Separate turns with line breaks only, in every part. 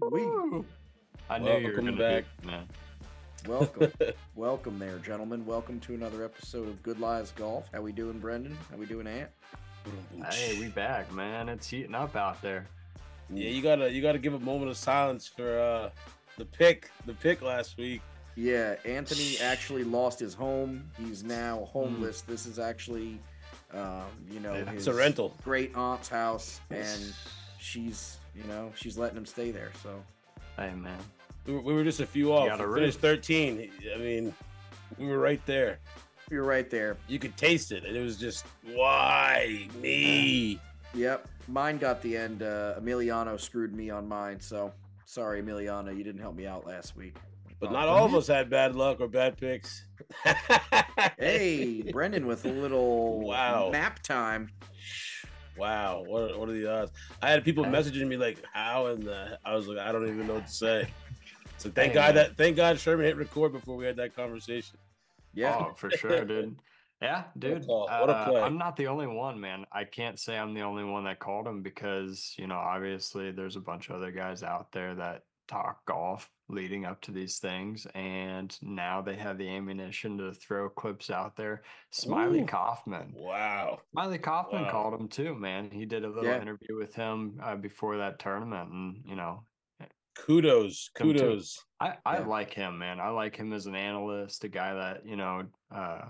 Woo.
I knew you were
Welcome
going to
back.
do that.
Welcome, welcome there, gentlemen. Welcome to another episode of Good Lies Golf. How we doing, Brendan? How we doing, Ant?
Hey, we back, man. It's heating up out there.
yeah, you gotta you gotta give a moment of silence for uh the pick the pick last week.
Yeah, Anthony actually lost his home. He's
Hmm.
now homeless. This is actually, um, you know,
Yeah,
It's
his
a rental.
great aunt's house, and she's, you know, she's letting him stay there. So
Hey, man.
We were, we were just a few
got
off.
a
We finished
roof.
thirteen. I mean, we were right there.
you're right there.
You could taste it, and it was just why me?
Yep, mine got the end. Uh, Emiliano screwed me on mine. So sorry, Emiliano, you didn't help me out last week.
But
Oh,
not all of
Brendan?
us had bad luck or bad picks.
Hey, Brendan with a little
Wow.
map time.
Wow, what are, what are the odds? I had people
Hey.
messaging me like, "How?" and the, I was like, "I don't even know what to say." So thank
Hey, man.
God that thank God Sherman hit record before we had that conversation.
Yeah.
Oh, for sure, dude. Yeah, dude.
call. What a
uh,
play.
I'm not the only one, man. I can't say I'm the only one that called him because, you know, obviously there's a bunch of other guys out there that talk golf leading up to these things. And now they have the ammunition to throw clips out there. Smiley
Ooh.
Kaufman.
Wow.
Miley Kaufman
Wow.
called him too, man. He did a little
Yeah.
interview with him uh, before that tournament, and you know,
Kudos,
Them too.
kudos.
I I
Yeah.
like him, man. I like him as an analyst, a guy that you know uh,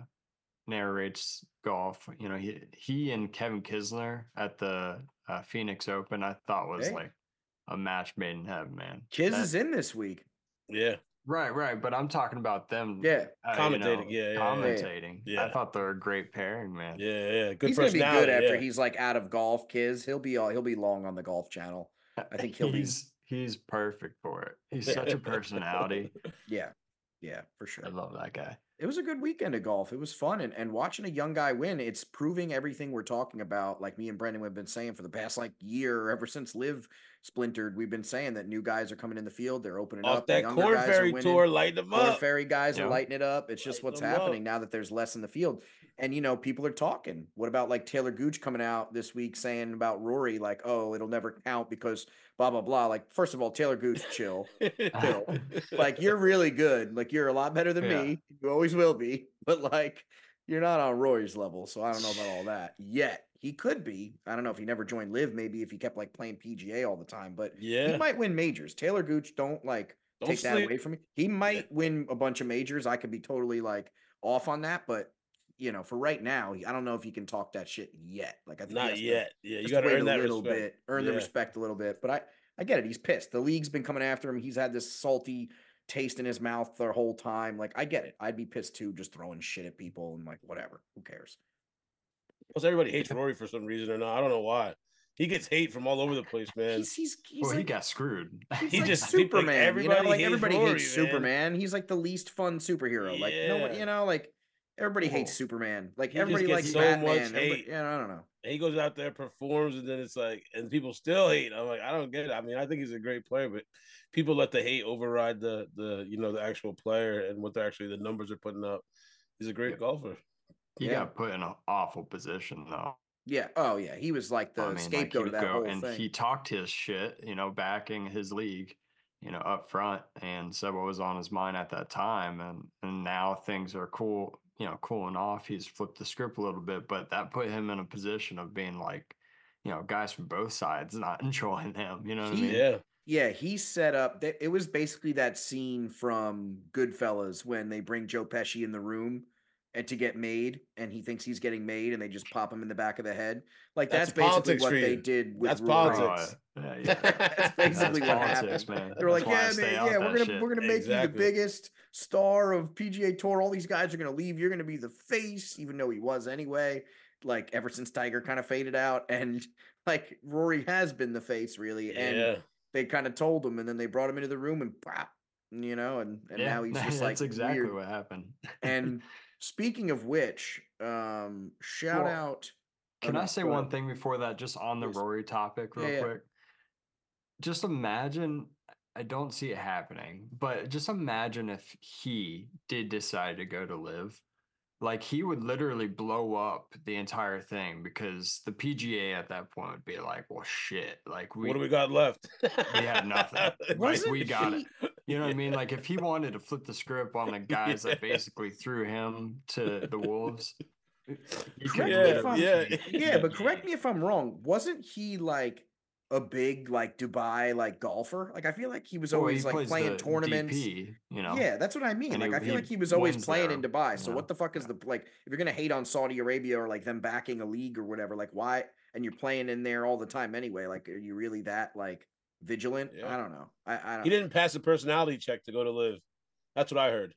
narrates golf. You know, he he and Kevin Kisner at the uh, Phoenix Open, I thought was
Hey.
like a match made in heaven, man.
Kiz
That-
is in this week.
Yeah,
right, right. But I'm talking about them,
Yeah.
uh, you know,
commentating. yeah, yeah, yeah,
commentating.
Yeah.
I thought they were a great pairing, man.
yeah, yeah. Good
he's gonna be
personality.
good after
yeah.
he's like out of golf, Kiz. He'll be all he'll be long on the golf channel. I think he'll be
he's he's perfect for it. He's such a personality.
yeah. Yeah, for sure.
I love that guy.
It was a good weekend of golf. It was fun and, and watching a young guy win, it's proving everything we're talking about, like me and Brendan have been saying for the past like year, ever since Live splintered, we've been saying that new guys are coming in the field, they're opening
off
up. the
that
younger
corn
guys are
fairy
winning.
tour, light them
Corn
up.
Ferry guys
Yeah.
are lighting it up. It's just
Lighten
what's
them up.
happening now that there's less in the field. And you know, people are talking. What about like Taylor Gooch coming out this week saying about Rory, like, oh, it'll never count because blah blah blah. Like, first of all, Taylor Gooch, chill. like, you're really good. Like, you're a lot better than
Yeah.
me. You always will be. But like, you're not on Rory's level. So I don't know about all that yet. He could be. I don't know if he never joined Live. Maybe if he kept like playing PGA all the time. But
yeah.
he might win majors. Taylor Gooch, don't like
Don't
take that
sleep.
away from me. He might win a bunch of majors. I could be totally like off on that, but you know, for right now, he- I don't know if he can talk that shit yet. Like I think he
Not
has to
yet. Yeah, you
just
gotta
wait
earn
a
that
little
respect.
bit, earn the
Yeah.
respect a little bit. But I, I get it. He's pissed. The league's been coming after him. He's had this salty taste in his mouth the whole time. Like I get it. I'd be pissed too, just throwing shit at people and like whatever. Who cares?
Plus, everybody hates Rory for some reason or not. I don't know why. He gets hate from all over the place, man.
He's he's he's
Well, he
like
got screwed.
He's
He
like
just- people- like,
Superman. you
everybody
know, like
hates
everybody
Rory,
hates
man.
Superman. He's like the least fun superhero. Like no one,
Yeah.
you know, like everybody hates
Whoa.
Superman. Like
He just
everybody
gets
likes
so much
Batman. everybody-
hate.
Yeah, I don't know.
And he goes out there, performs, and then it's like, and people still hate. I'm like, I don't get it. I mean, I think he's a great player, but people let the hate override the the you know the actual player and what they're actually the numbers are putting up. He's a great
Yeah.
golfer.
He
Yeah.
got put in an awful position though.
Yeah. Oh yeah. He was like the
I mean, like,
scapegoat
he
of that
go-
whole
and
thing.
he talked his shit, you know, backing his league, you know, up front and said what was on his mind at that time. And and now things are cool, you know, cooling off. He's flipped the script a little bit, but that put him in a position of being like, you know, guys from both sides not enjoying him. You know what I
He-
mean?
Yeah,
Yeah, he set up that it was basically that scene from Goodfellas when they bring Joe Pesci in the room and to get made and he thinks he's getting made and they just pop him in the back of the head. Like that's,
That's
basically
politics
what
for
they
you.
did with
That's
Roy.
Bro,
Politics.
yeah, yeah.
That's basically what happened.
man.
They were like,
That's why I
yeah,
stay
man,
out
yeah, we're
that
gonna
shit."
we're gonna make you the
Exactly.
biggest star of PGA Tour. All these guys are gonna leave. You're gonna be the face, even though he was anyway. Like ever since Tiger kind of faded out, and like Rory has been the face really, and
yeah.
they kind of told him, and then they brought him into the room and pop, you know, and and
Yeah,
now he's just like
that's exactly
weird.
what happened.
And speaking of which, um, shout
Well,
out. oh,
Can
no,
I say
go
one
ahead.
thing before that, just on the
Please.
Rory topic, real
Yeah, yeah.
quick? Just imagine, I don't see it happening, but just imagine if he did decide to go to live. like he would literally blow up the entire thing because the PGA at that point would be like, well, shit, like we,
what do we got left?
we had nothing. like
Wasn't
we got it.
he-
You know what I mean? Like if he wanted to flip the script on the guys that basically threw him to the wolves, he could
Correct me if I'm-
literally
yeah,
do
yeah,
Yeah, but correct me if I'm wrong. Wasn't he like a big like Dubai like golfer? Like I feel like he was
Well, he
always like
plays
playing
the
tournaments.
DP, you know.
Yeah, that's what I mean.
And he-
Like I feel
he
like he was always
wins
playing in
there,
Dubai.
you
So
know?
what the fuck is the like? If you're gonna hate on Saudi Arabia or like them backing a league or whatever, like why? And you're playing in there all the time anyway. Like are you really that like vigilant?
Yeah.
I don't know. I, I don't.
He didn't pass the personality check to go to live. That's what I heard.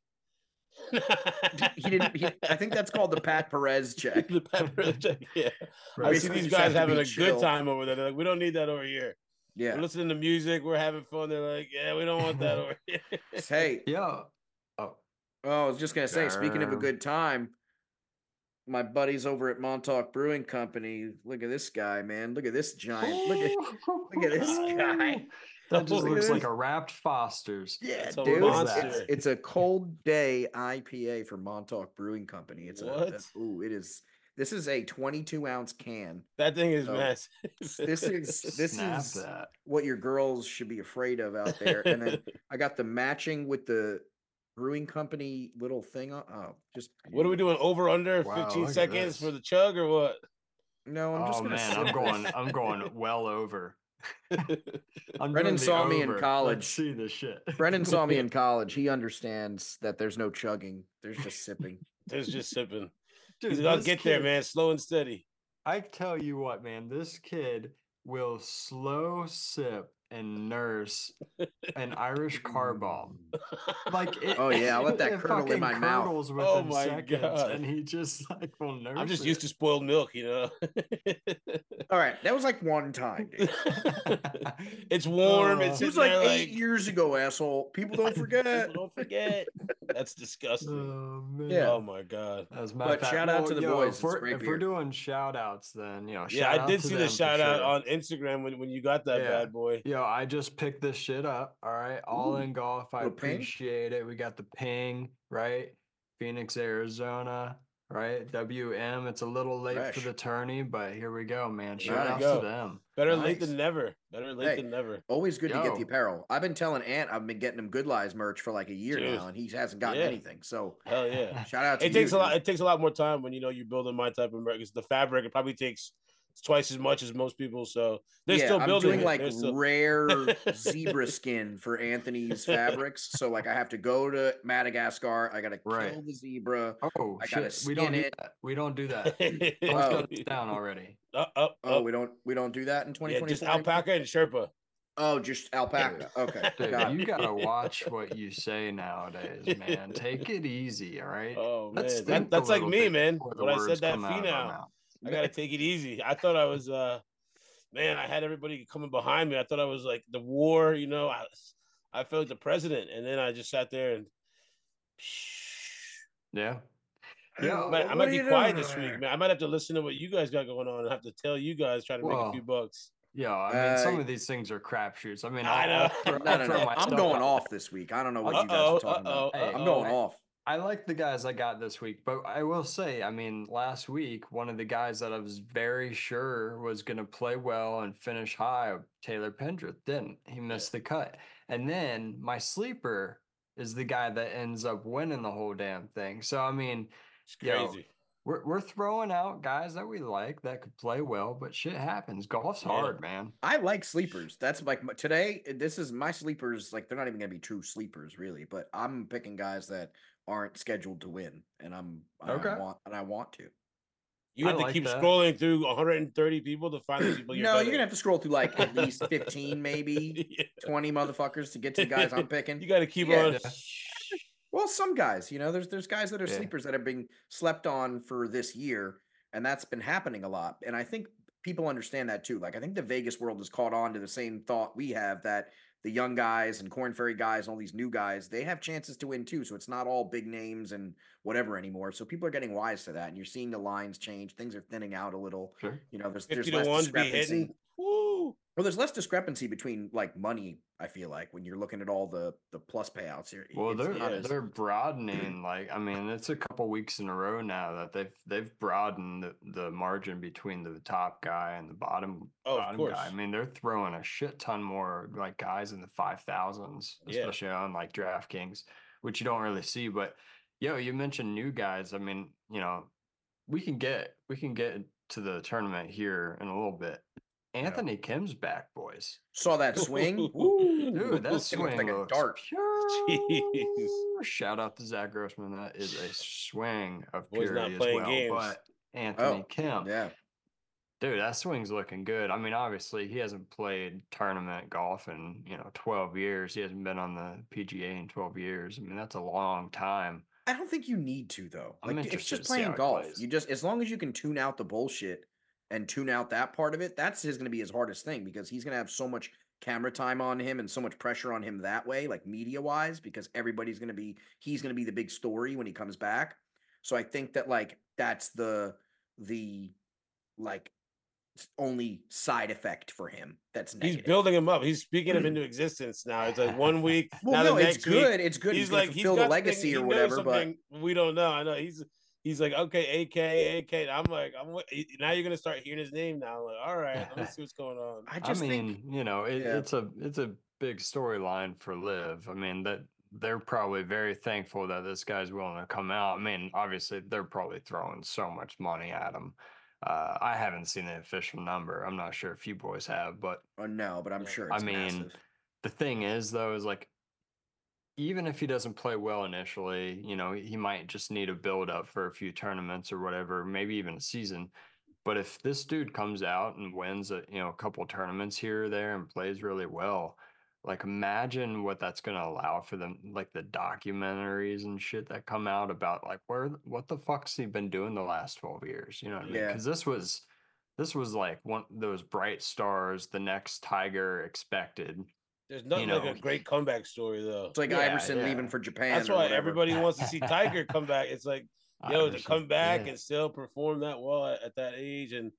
He didn't. He, I think that's called the Pat Perez check.
the personality check. Yeah, I
Right.
see
Basically,
these
you just have
guys
to
having
be
a
chill.
good time over there. They're like, we don't need that over here. We're
Yeah.
listening to music. We're having fun. They're like, yeah, we don't want that over here.
Hey,
Yeah. Oh,
Oh, I was just gonna say, speaking of a
Sure.
good time, my buddies over at Montauk Brewing Company. Look at this guy, man. Look at this giant. Look at look at this guy.
That just
Look at
looks like
this.
a wrapped Foster's.
yeah,
That's a
dude. It's, it's,
monster.
it's a cold day IPA for Montauk Brewing Company. It's a,
What?
a ooh, it is. This is a 22 ounce can.
that thing is
Oh.
massive.
This is this
Snap
is
that.
what your girls should be afraid of out there. And then I got the matching with the brewing company little thing on. Oh, just
What are we doing? Over under
Wow, look
15
at
seconds
this.
for the chug or what?
No, I'm just
oh
gonna
man,
sip
I'm
this.
going. I'm going well over. I'm
Brennan
doing the
saw me in
over. Let's
college.
see this shit.
Brennan saw me in college. He understands that there's no chugging. There's just sipping.
There's just sipping.
Dude,
He's like, I'll
this
get there,
kid-
man. Slow and steady.
I tell you what, man, this kid will slow sip and nurse an Irish car bomb.
Mm.
Like, it,
Oh, yeah, I'll let that
it
curdle in
fucking
my mouth.
curdles within
Oh, my
seconds,
God.
and he just like will nurse.
I'm just used to spoiled milk, you know.
All right, that was like one time. Dude.
it's warm.
Uh,
it's
It was
sitting
like
there,
eight years ago, asshole. People don't forget.
People Don't forget. That's disgusting.
Oh man.
Yeah.
Oh my god.
As a
But
matter of fact,
shout out
well,
to the
yo,
boys, it's
If, we're,
great
if
beer.
we're doing shout outs, then, you know,
Yeah,
shout
I did
out to
see
them
the
for
shout out
sure.
on Instagram when, when you got that
Yeah.
bad boy.
Yo, I just picked this shit up. All right. All
Ooh,
in golf. I
little ping.
appreciate it. We got the ping, right? Phoenix, Arizona, right? WM. It's a little late for
Fresh.
the tourney, but here we go, man.
There
Shout
we
out
go.
to them.
Better late
Nice.
than never. Better late
Hey.
than never.
Always good to get the
Yo.
apparel. I've been telling Ant I've been getting him Good Lies merch for like a year
Dude.
now, and he hasn't gotten
Yeah.
anything. So
Hell yeah.
shout out to
It takes
you,
a lot.
dude.
It takes a lot more time when you know you're building my type of merch. 'cause The fabric it probably takes twice as much as most people. So they're
yeah,
still
I'm
building.
doing
it.
like
They're still-
rare zebra skin for Anthony's fabrics. So like I have to go to Madagascar. I gotta kill
Right.
the zebra.
Oh,
I gotta
shit. We don't
skin
do
it.
that. We don't do that. Let's
Oh.
cut this down already.
up, up,
Oh,
up.
we don't we don't do that in 2024.
Yeah, uh, just
anymore?
alpaca and Sherpa.
Oh, just alpaca. Okay,
Dude,
got it.
you gotta watch what you say nowadays, man. Take it easy. All right.
Oh man,
Let's
that,
think a
that's like
little
me,
bit
man.
before the
When I said
words
that
come out of our
phenol,
mouth.
I gotta take it easy. I thought I was, uh man, I had everybody coming behind me. I thought I was like the war, you know. I, I felt like the president, and then I just sat there and.
Yeah.
I
Yeah.
Oh,
might, I
what
might
are
be
you doing
quiet
over
this
there?
week, man. I might have to listen to what you guys got going on and have to tell you guys try to make
Well,
a few bucks.
Yeah, I mean, some
Uh,
of these things are crapshoots. I mean,
I
I'll- I'll
know.
throw-
No,
I'll
no,
throw
no. I'm
myself
going
out.
off this week. I don't know what you guys
Uh-oh,
are talking about.
uh-oh,
Hey,
I'm
uh-oh.
going off.
I like the guys I got this week, but I will say, I mean, last week, one of the guys that I was very sure was going to play well and finish high, Taylor Pendrith, didn't. He missed the cut. And then my sleeper is the guy that ends up winning the whole damn thing. So, I mean,
It's
Yo,
crazy.
we're, we're throwing out guys that we like that could play well, but shit happens. Golf's
Yeah.
hard, man.
I like sleepers. That's like my- today. eh, This is my sleepers. Like they're not even gonna be true sleepers, really. But I'm picking guys that aren't scheduled to win, and I'm and I
Okay.
want and I want to.
You
I
have to
like
keep
that.
scrolling through 130 people to find the people you're.
no,
better.
you're gonna have to scroll through like at least 15, maybe
Yeah.
20 motherfuckers to get to the guys I'm picking.
You got to keep
Yeah.
on.
Well, some guys, you know, there's there's guys that are
Yeah.
sleepers that have been slept on for this year, and that's been happening a lot. And I think people understand that too. Like I think the Vegas world has caught on to the same thought we have that the young guys and Corn Ferry guys and all these new guys, they have chances to win too. So it's not all big names and whatever anymore. So people are getting wise to that, and you're seeing the lines change. Things are thinning out a little.
Sure.
You know, there's there's
50 to
less
1 be
discrepancy.
hitting. Woo.
Well, there's less discrepancy between like money. I feel like when you're looking at all the the plus payouts here.
Well,
it's
they're
not
yeah,
as-
they're broadening. Like, I mean, it's a couple weeks in a row now that they've they've broadened the, the margin between the top guy and the bottom
Oh, of
bottom
course.
guy. I mean, they're throwing a shit ton more like guys in the five thousands,
Yeah.
especially on like DraftKings, which you don't really see. But yo, you mentioned new guys. I mean, you know, we can get we can get to the tournament here in a little bit. Anthony Kim's back, boys.
saw that swing.
Dude, that
It looks
swing
like a
looks
dart.
pure. Shout out to Zach Grossman. That is a swing of
Boy's
purity
not
as
playing
well.
games.
But Anthony
Oh,
Kim,
Yeah.
dude, that swing's looking good. I mean, obviously, he hasn't played tournament golf in you know 12 years. He hasn't been on the PGA in 12 years. I mean, that's a long time.
I don't think you need to though.
I'm
Like it's
interested
just
to see how
playing
he
golf.
plays.
You just as long as you can tune out the bullshit and tune out that part of it, that's his going to be his hardest thing because he's going to have so much camera time on him and so much pressure on him that way, like media wise, because everybody's going to be he's going to be the big story when he comes back. So I think that like that's the the like s- only side effect for him. That's
He's
negative.
building him up. He's speaking him into existence now. It's like one week.
Well,
now
no,
the
it's
next week,
good. It's good.
He's,
He's,
like he's
fulfill
got
the legacy
things-
or
he knows
whatever, but
something we don't know. I know he's he's like okay, AK, AK. I'm like I'm wa- now you're gonna start hearing his name now. I'm like all right, let me see what's going on.
I
I
just
mean,
think
you know, it,
Yeah.
it's a it's a big storyline for Live. I mean that they're probably very thankful that this guy's willing to come out. I mean, obviously they're probably throwing so much money at him. Uh, I haven't seen the official number. I'm not sure if you boys have, but
Oh no, but I'm
Yeah.
sure
I
it's
mean,
massive.
the thing is though is like even if he doesn't play well initially you know he might just need a build up for a few tournaments or whatever maybe even a season but if this dude comes out and wins a you know a couple tournaments here or there and plays really well like imagine what that's going to allow for them like the documentaries and shit that come out about like where th- what the fuck's he been doing the last 12 years you know what i mean
Yeah.
because this was this was like one those bright stars the next tiger expected
There's nothing
know.
like a great comeback story though.
It's like
Yeah,
Iverson
yeah.
leaving for Japan.
That's
or
why
whatever.
everybody wants to see Tiger come back. It's like yo to
Iverson,
come back
yeah.
and still perform that well at, at that age and.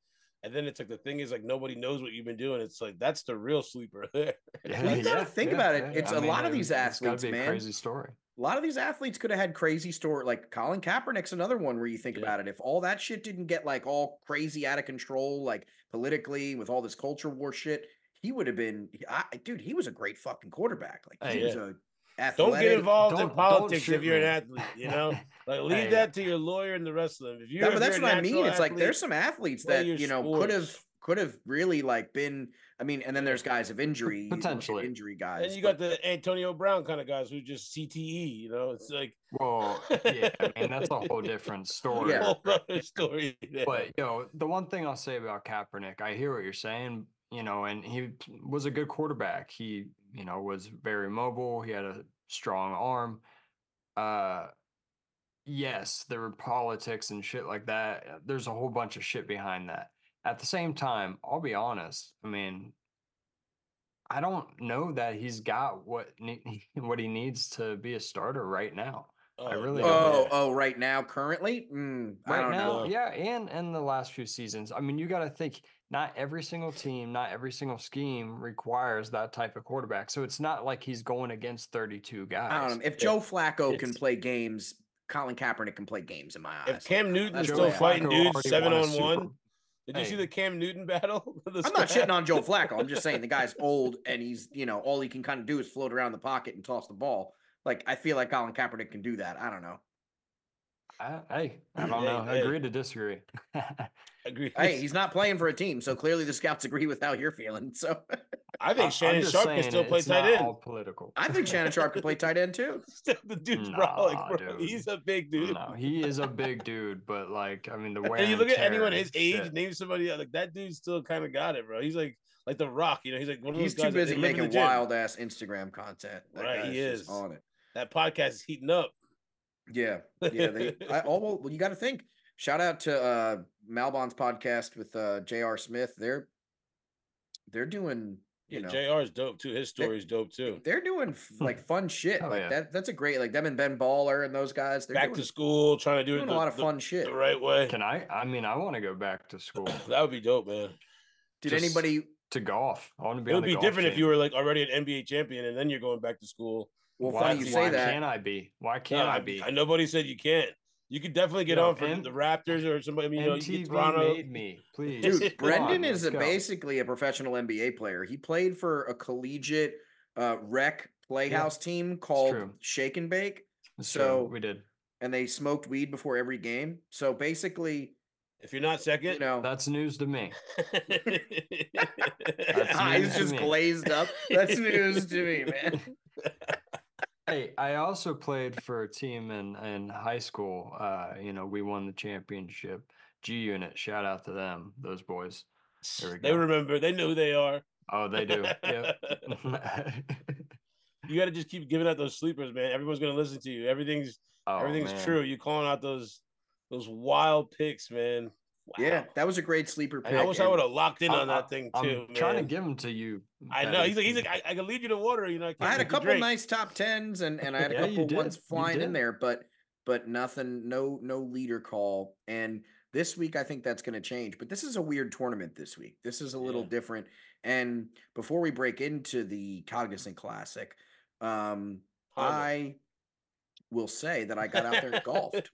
And then it's like the thing is like nobody knows what you've been doing. It's like that's the real sleeper there.
Yeah,
You gotta think about it. It's a lot of these
it's gotta
athletes,
be a
man.
Crazy story.
A lot of these athletes could have had crazy story. Like Colin Kaepernick's another one where you think
Yeah.
about it. If all that shit didn't get like all crazy out of control, like politically with all this culture war shit, he would have been. I, dude, he was a great fucking quarterback. Like he
Hey,
was
yeah.
a athletic.
Don't get involved in
Don't- don't
politics
shoot
if you're
me.
an athlete. You know, like leave
Hey.
that to your lawyer and the rest of them. If you're,
No,
if
but that's
you're a
what I mean.
natural
It's like there's
athlete-
some athletes
play
that
your
you know could have
sports.
could have really like been. I mean, and then there's guys of injury, you look at
Potentially.
injury guys.
Then you
but-
got the Antonio Brown kind of guys who just CTE, you know, it's like
Well, yeah, I mean that's a whole different story.
Yeah.
whole other story. there.
But you know, the one thing I'll say about Kaepernick, I hear what you're saying. You know, and he p- was a good quarterback. He, you know, was very mobile. He had a strong arm. Uh, yes, there were politics and shit like that. uh, There's a whole bunch of shit behind that. At the same time, I'll be honest. I mean, I don't know that he's got what ne- what he needs to be a starter right now. I really don't
no.
Oh,
know.
oh, right now, currently, mm, I
right
don't know.
now,
know.
yeah, and in the last few seasons, I mean, you got to think not every single team, not every single scheme requires that type of quarterback. So it's not like he's going against 32 guys.
I don't know. If
Yeah.
Joe Flacco can
It's-
play games, Colin Kaepernick can play games in my eyes.
if Cam Newton's
uh, That's
still
right.
fighting
Flacco
dudes
already
seven
won a
on
Super
one,
Bowl.
did you see
Hey.
the Cam Newton battle? The
I'm not
scrap?
shitting on Joe Flacco. I'm just saying the guy's old and he's, you know, all he can kind of do is float around the pocket and toss the ball. Like I feel like Colin Kaepernick can do that. I don't know.
I, hey, I don't
Hey,
know.
hey.
Agree to disagree.
Agree.
Hey, he's not playing for a team, so clearly the scouts agree with how you're feeling. So
I
I-
think
I'm
Shannon
just
Sharp
saying
can still play
it's
tight
not
end.
All political.
I think Shannon Sharp could play tight end too.
the dude's brolic,
Nah,
bro.
dude.
He's a big dude.
no, he is a big dude, but like, I mean, the way
And you look at anyone his age, name somebody else, like that dude still kind of got it, bro. He's like like the Rock, you know. He's like one of
He's
those
too
guys that-
busy
they live in
making
the gym.
wild ass Instagram content. That
Right,
guy's
he
just
is.
on it.
That podcast is heating up.
Yeah, yeah. They, I, oh well, well, you got to think. Shout out to uh, Malbon's podcast with uh, J.R. Smith. They're they're doing you know
yeah, JR's dope too. His story's dope too.
they're doing f-
Hmm.
like fun shit.
Oh,
like
yeah.
that that's a great like them and Ben Baller and those guys. They're
Back
doing,
to school, trying to do it
doing
the,
a lot of
the-
fun shit.
the right way.
Can I? I mean, I want to go back to school.
that would be dope, man.
Did
just-
anybody
to golf. I want to be.
It
on
would
the
be
golf
different if
team.
you were like already an NBA champion and then you're going back to school.
Well,
why,
funny you
why
say that.
Can I be? Why can't
No,
I be?
Uh, I, nobody said you can't. You could definitely get
Yo,
on for
M-
the Raptors or somebody. I mean, you know, you
MTV
get Toronto.
made me, please.
Dude,
Come on,
Brendan
let's
is a
go.
basically a professional NBA player. He played for a collegiate uh, rec playhouse team called
true.
Shake and Bake,
That's
so-
true. we did.
and they smoked weed before every game. So basically,
If you're not second,
you know,
That's news to me.
his
That's
Ah,
news
eyes
to
just
me.
glazed up. That's news to me, man.
Hey, I also played for a team in in high school. Uh, you know, we won the championship. G Unit, shout out to them, those boys. There we
they
go.
remember. They know who they are.
Oh, they do. Yep.
you got to just keep giving out those sleepers, man. Everyone's gonna listen to you. Everything's
Oh,
everything's
man.
true. You calling out those those wild picks, man. Wow.
Yeah, that was a great sleeper pick.
Hey,
I wish I
and-
would have locked in
I'm-
on that thing
I'm
too.
trying to
man.
give them to you.
I know.
Patty.
He's like, he's like, I, I can lead you to water. You know, I, can't
I had a
make you
couple
drink."
nice top tens and and I had a
Yeah, you
couple
did.
ones
You
flying in
did.
there, but but nothing, no no leader call. And this week I think that's going to change. But this is a weird tournament this week. This is a little
Yeah.
different. And before we break into the Cognizant Classic, um,
Ponder.
I will say that I got out there and golfed.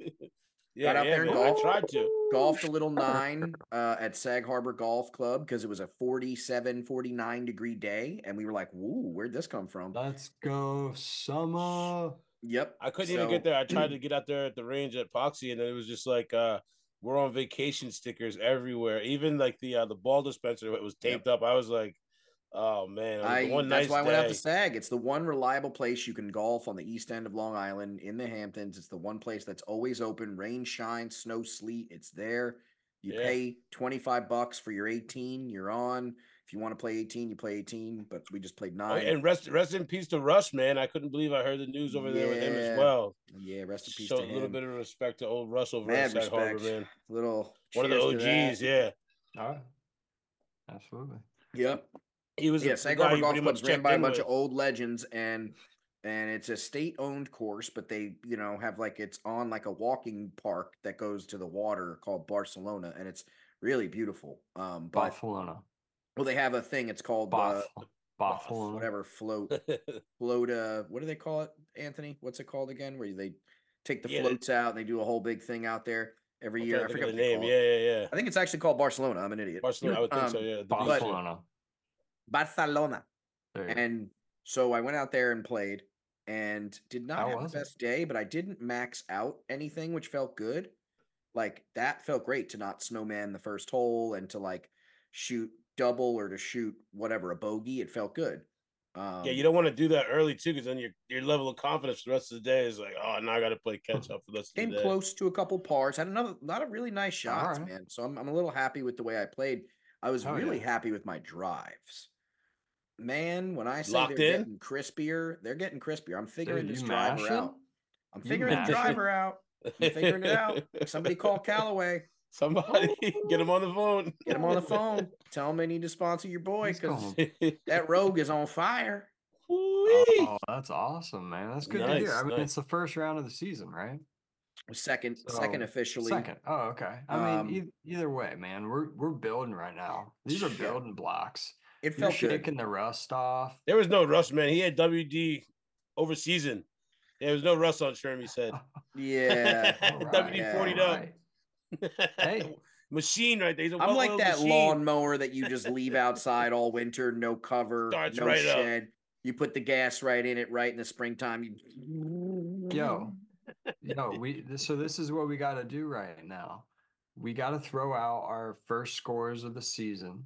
yeah,
Got out
yeah,
there and
man, I
golfed.
tried to.
golfed a little nine uh, at Sag Harbor Golf Club because it was a 47, 49 degree day. And we were like, whoa, where'd this come from?
Let's go, summer.
Yep.
I couldn't even get
so-
there. I tried to get out there at the range at Poxy, and it was just like uh we're on vacation stickers everywhere. Even like the uh, the ball dispenser it was taped up. I was like, oh man, it was
I,
the one
that's
nice
why I
day.
went out to SAG. It's the one reliable place you can golf on the east end of Long Island in the Hamptons. It's the one place that's always open. Rain, shine, snow, sleet. It's there. You
Yeah.
pay 25 bucks for your 18. You're on. If you want to play 18, you play 18, but we just played
Oh,
nine.
and rest rest in peace to Russ, man. I couldn't believe I heard the news over there with him
Yeah.
as well.
yeah, rest in peace
So
to
a little
him.
bit of respect to old Russ over
Mad
at Sag Harbor,
respect.
man.
little
One of the
cheers to that.
OGs, yeah.
All right. Absolutely.
Yep.
He was
Yeah,
the
Sag
guy
Harbor
you
Golf
pretty
Club's
much
ran
checked
by a
in
bunch
with.
of old legends, and and it's a state-owned course, but they you know have like it's on like a walking park that goes to the water called Barcelona, and it's really beautiful. Um, but
Barcelona.
well, they have a thing. It's called uh,
Barf. Barcelona.
whatever float float. Uh, what do they call it, Anthony? What's it called again? Where they take the
Yeah, they-
floats out and they do a whole big thing out there every year. I forget
the
what they
name.
call
Yeah,
it.
yeah, yeah.
I think it's actually called Barcelona. I'm an idiot.
Barcelona, I would think so.
Um,
Yeah, the
but-
beach.
Barcelona.
Barcelona.
There you go.
And so I went out there and played and did not
How
have
was
the
it?
best day, but I didn't max out anything, which felt good. Like that felt great to not snowman the first hole and to like shoot double or to shoot whatever a bogey. It felt good. Um,
Yeah, you don't want to do that early too, because then your your level of confidence for the rest of the day is like, oh, now I got to play catch up for the rest of
came
the day.
close to a couple pars. Had another lot of really nice shots,
Alright.
man. So I'm I'm a little happy with the way I played. I was
Hell
really
Oh, yeah.
happy with my drives. Man, when I say
Locked
they're
in?
getting crispier, they're getting crispier. I'm figuring
Dude,
this
you
driver
mashing?
out. I'm
You
figuring the
mashing?
driver out. I'm figuring it out. Somebody call Callaway.
Somebody get him on the phone.
Get him on the phone. Tell him they need to sponsor your boy
He's
because
going-
that rogue is on fire.
Woo-wee.
Oh, that's awesome, man. That's good to hear. I
Nice,
mean,
nice.
it's the first round of the season, right?
Second, second
So,
officially.
Second. Oh, okay. I
Um,
mean, e- either way, man, we're we're building right now. These are
Shit.
building blocks.
It
You're
felt good.
shaking the rust off.
There was no rush, man. He had WD over season. There was no rust on Sherm. He said,
Yeah.
WD forty
yeah,
up.
right. Hey.
machine right there. He's a
I'm like
well-oiled
that
machine.
lawnmower that you just leave outside all winter, no cover,
Starts
no
right up.
shed. You put the gas right in it, right in the springtime. You...
Yo. Yo, we th- so this is what we got to do right now. We got to throw out our first scores of the season.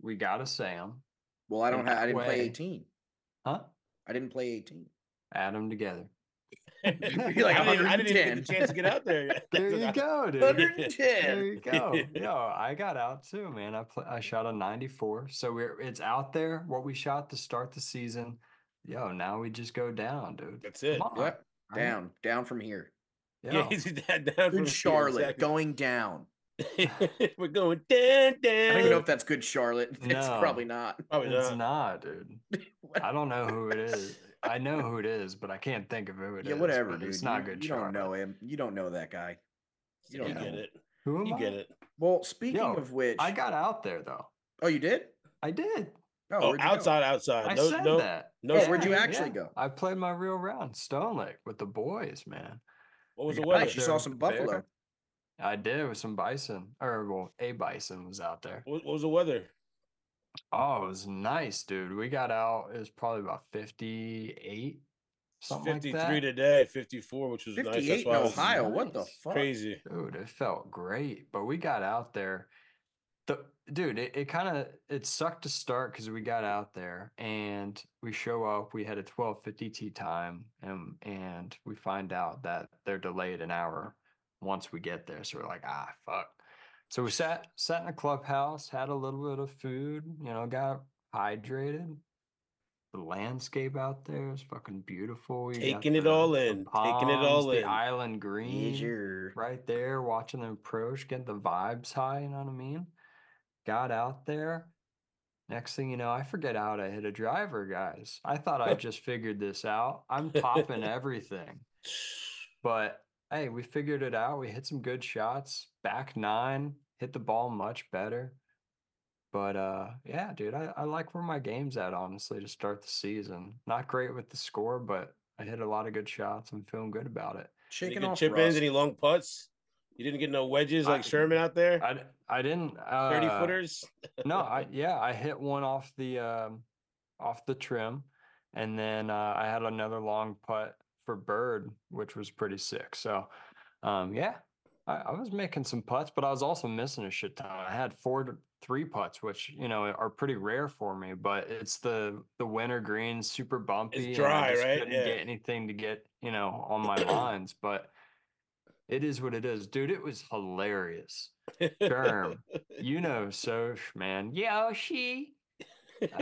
We got to say them,
Well, I
In
don't have. I
that
didn't play
way.
18.
huh?
I didn't play 18.
Add them together.
You're like
I, didn't, I didn't
110.
even get the chance to get out there. Yet.
There you go, dude.
110.
There you go. Yo, I got out too, man. I pl- I shot a 94. So we're it's out there what we shot to start the season. Yo, now we just go down, dude.
That's it.
Come on,
Yep.
right?
Down, down from here.
Yeah,
Yo.
he's down, down from
Good Charlotte, going down.
Exactly. We're going down,
I
down.
don't even know if that's good Charlotte. It's
No.
probably not.
Probably
It's
not.
not, dude. I don't know who it is. I know who it is, but I can't think of who it is.
yeah, whatever,
but
dude.
It's not
you,
good.
You don't know
Charlotte.
him. You don't know that guy. You
You
don't know.
get it. Oh,
Who am
You
I?
get it.
Well, speaking
Yo,
of which,
I got out there though.
Oh, you did?
I did.
Oh,
where'd you go?
outside, outside.
I
No,
said
no,
that.
no.
Yeah,
shit.
where'd you
Yeah,
actually
yeah.
go?
I played my real round, Stone Lake, with the boys, man.
What
I
was the
got
weather?
Nice. You saw
there.
some buffalo.
Fair. I did with some bison, or well, a bison was out there.
What, what was the weather?
Oh, it was nice, dude. We got out. It was probably about fifty-eight,
It's
something like
53
that.
today, 54, which was nice. That's
58 in
why I was
Ohio. What the
nice.
fuck?
Crazy.
dude it felt great but we got out there the dude it, it kind of it sucked to start because we got out there and we show up we had a 12.50 tea time and and we find out that they're delayed an hour once we get there so we're like ah fuck so we sat sat in a clubhouse had a little bit of food you know got hydrated the landscape out there is fucking beautiful. We got
Taking it
the-
all
the
in, taking it all
palms, the
in.
Island green
Yeezer.
right there watching them approach, getting the vibes high, you know what I mean? Got out there. Next thing you know, I forget how to hit a driver, guys. I thought I just figured this out. I'm popping everything. But hey, we figured it out. We hit some good shots, back nine, hit the ball much better. But uh yeah, dude, I, I like where my game's at, honestly, to start the season. Not great with the score, but I hit a lot of good shots. I'm feeling good about it.
Any
Shaking
good
off
chip ins?
rust.
Any long putts? You didn't get no wedges
I-
like Sherman out there?
I, d- I didn't uh,
30 footers?
no, I yeah, I hit one off the um, off the trim, and then uh, I had another long putt for bird, which was pretty sick. So, um, yeah, I, I was making some putts, but I was also missing a shit ton. I had four to three putts, which you know are pretty rare for me. But it's the the winter green, super bumpy. and I
dry,
just
right?
Couldn't
Yeah.
get anything to get you know on my lines, but it is what it is, dude. It was hilarious. Germ. You know Soch, man. Yoshi.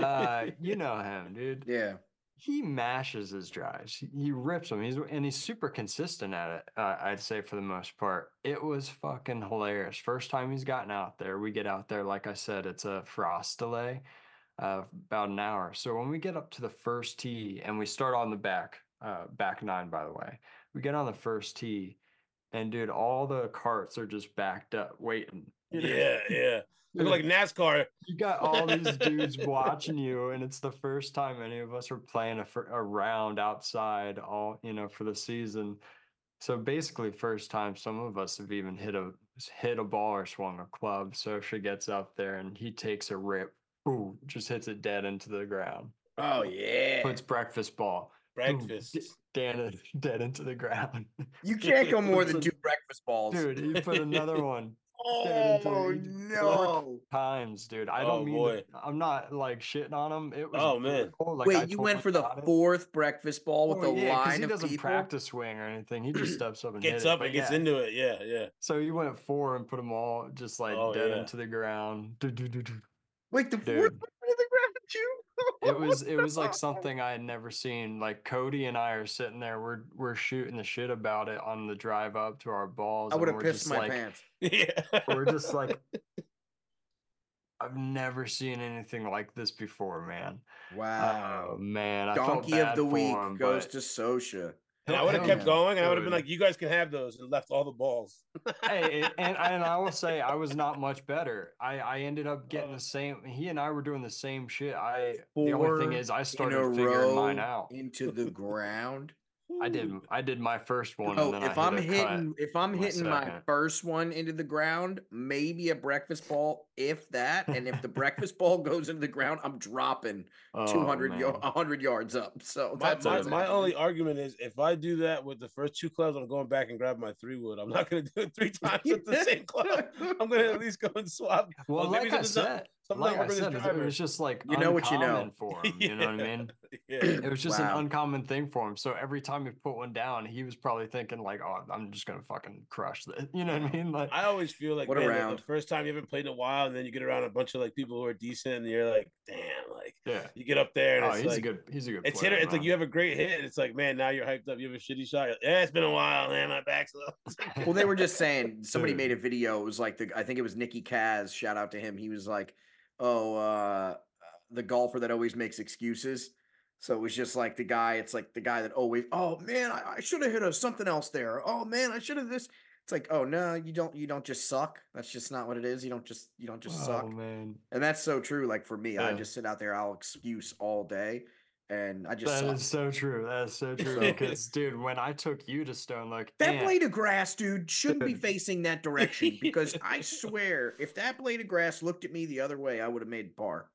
Uh, you know him, dude.
Yeah.
He mashes his drives. He- He rips them. He's and he's super consistent at it. Uh, I'd say for the most part, it was fucking hilarious. First time he's gotten out there, we get out there. Like I said, it's a frost delay, uh, about an hour. So when we get up to the first tee and we start on the back, uh, back nine, by the way, we get on the first tee, and dude, all the carts are just backed up waiting. you know?
yeah, yeah. Look
Dude,
like NASCAR.
you got all these dudes watching you, and it's the first time any of us are playing a, fir- a round outside, all you know, for the season. So basically, first time some of us have even hit a hit a ball or swung a club. Sosha gets up there and he takes a rip, boom, just hits it dead into the ground.
Oh yeah.
Puts breakfast ball, boom,
Breakfast.
d- dead dead into the ground.
you can't go more than
Listen,
two breakfast balls.
Dude, he put another one dead into
oh
it.
no.
times, dude. I don't
Oh,
mean
boy.
to, I'm not like shitting on him. It was
Oh, man.
brutal, like, I
Wait, you
told
went
him
for the
about it.
fourth breakfast ball with
Oh,
the
yeah, 'cause
line
He
of
doesn't
people.
practice swing or anything. He just steps up and
Gets
hit it.
up
But
and gets
yeah,
into it. Yeah, yeah.
So you went four and put them all just like
Oh,
dead
yeah.
into the ground. Do, do, do, do.
Wait, the fourth
Dude.
one to the ground too.
It was it was like something I had never seen. Like Cody and I are sitting there, we're we're shooting the shit about it on the drive up to our balls.
I
and
would have
we're
pissed
just
my
like,
pants.
Yeah.
We're just like, I've never seen anything like this before, man. Oh
Wow.
man, I felt
Donkey of
bad
the
for
week
him,
goes
but
to Sosha.
And I
he'll-
would have
he'll
kept
know,
going. And I would have been
dude.
like, you guys can have those and left all the balls.
hey, and, and and I will say I was not much better. I I ended up getting
Uh.
the same. He and I were doing the same shit. I the only thing
Four
is I
In
started
a
figuring mine
row
out.
into the ground.
I did
Ooh.
I did my first one.
Oh,
and then
if
I
I'm
hit a cut.
hitting if I'm
in my
hitting my
second.
first one into the ground, maybe a breakfast ball, if that, and if the breakfast ball goes into the ground, I'm dropping
Oh,
200
man.
yo- 100 yards up. So
My,
that's
my,
what's
my
happening.
only argument is if I do that with the first two clubs, I'm going back and grab my three wood. I'm not going to do it three times with the same club. I'm going to at least go and swap.
Well,
oh,
Well, maybe
like I
something's not-
said,
something's
like
not
I
working with
said,
this
it
driver.
was just like
You know what you know.
uncommon for him. You know what I mean?
Yeah.
It was just
Wow.
an uncommon thing for him. So every time he put one down, he was probably thinking like, "Oh, I'm just gonna fucking crush this." You know what I mean? Like,
I always feel like
What a
man, the-
round.
the first time you haven't played in a while, and then you get around a bunch of like people who are decent, and you're like, damn, like
yeah.
you get up there, and
Oh,
it's
he's
like
a good. He's a good.
it's
player,
hitter. It's like
man.
you have a great hit, and it's like man, now you're hyped up. You have a shitty shot. You're like, yeah, it's been a while, man. My back's up.
well, they were just saying somebody
Dude.
made a video. It was like the I think it was Nikki Kaz. Shout out to him. He was like, "Oh, uh, the golfer that always makes excuses." So it was just like the guy. It's like the guy that always, "Oh man, I, I should have hit a something else there. Oh man, I should have this." It's like, oh no, you don't you don't just suck. That's just not what it is. You don't just you don't just
Oh
suck.
man,
And that's so true. Like for me, I
Yeah.
just sit out there, I'll excuse all day and I just
that
suck.
is so true. That is so true.
So-
Because dude, when I took you to Stone Lake,
That
man,
blade of grass, dude, shouldn't be
Dude.
facing that direction because I swear, if that blade of grass looked at me the other way, I would have made par.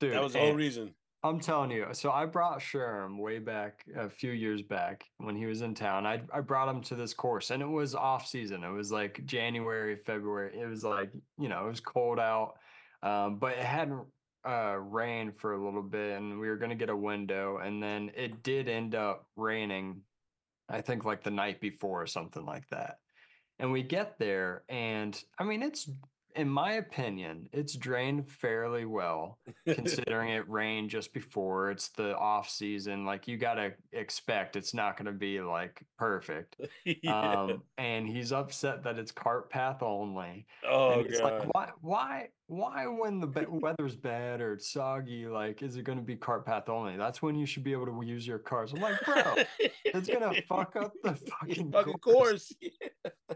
dude,
That was the whole
and-
reason.
I'm telling you. So I brought Sherm way back a few years back when he was in town. I I brought him to this course and it was off season. It was like January, February. It was like, you know, it was cold out. Um, but it hadn't uh rained for a little bit and we were gonna get a window and then it did end up raining, I think like the night before or something like that. And we get there and I mean it's in my opinion, it's drained fairly well considering it rained just before it's the off season like you gotta expect it's not gonna be like perfect
Yeah.
um and he's upset that it's cart path only
oh
and it's
god.
like why why why when the be- weather's bad or it's soggy like is it gonna be cart path only that's when you should be able to use your cars i'm like bro it's gonna fuck up the fucking,
fucking
course.
course.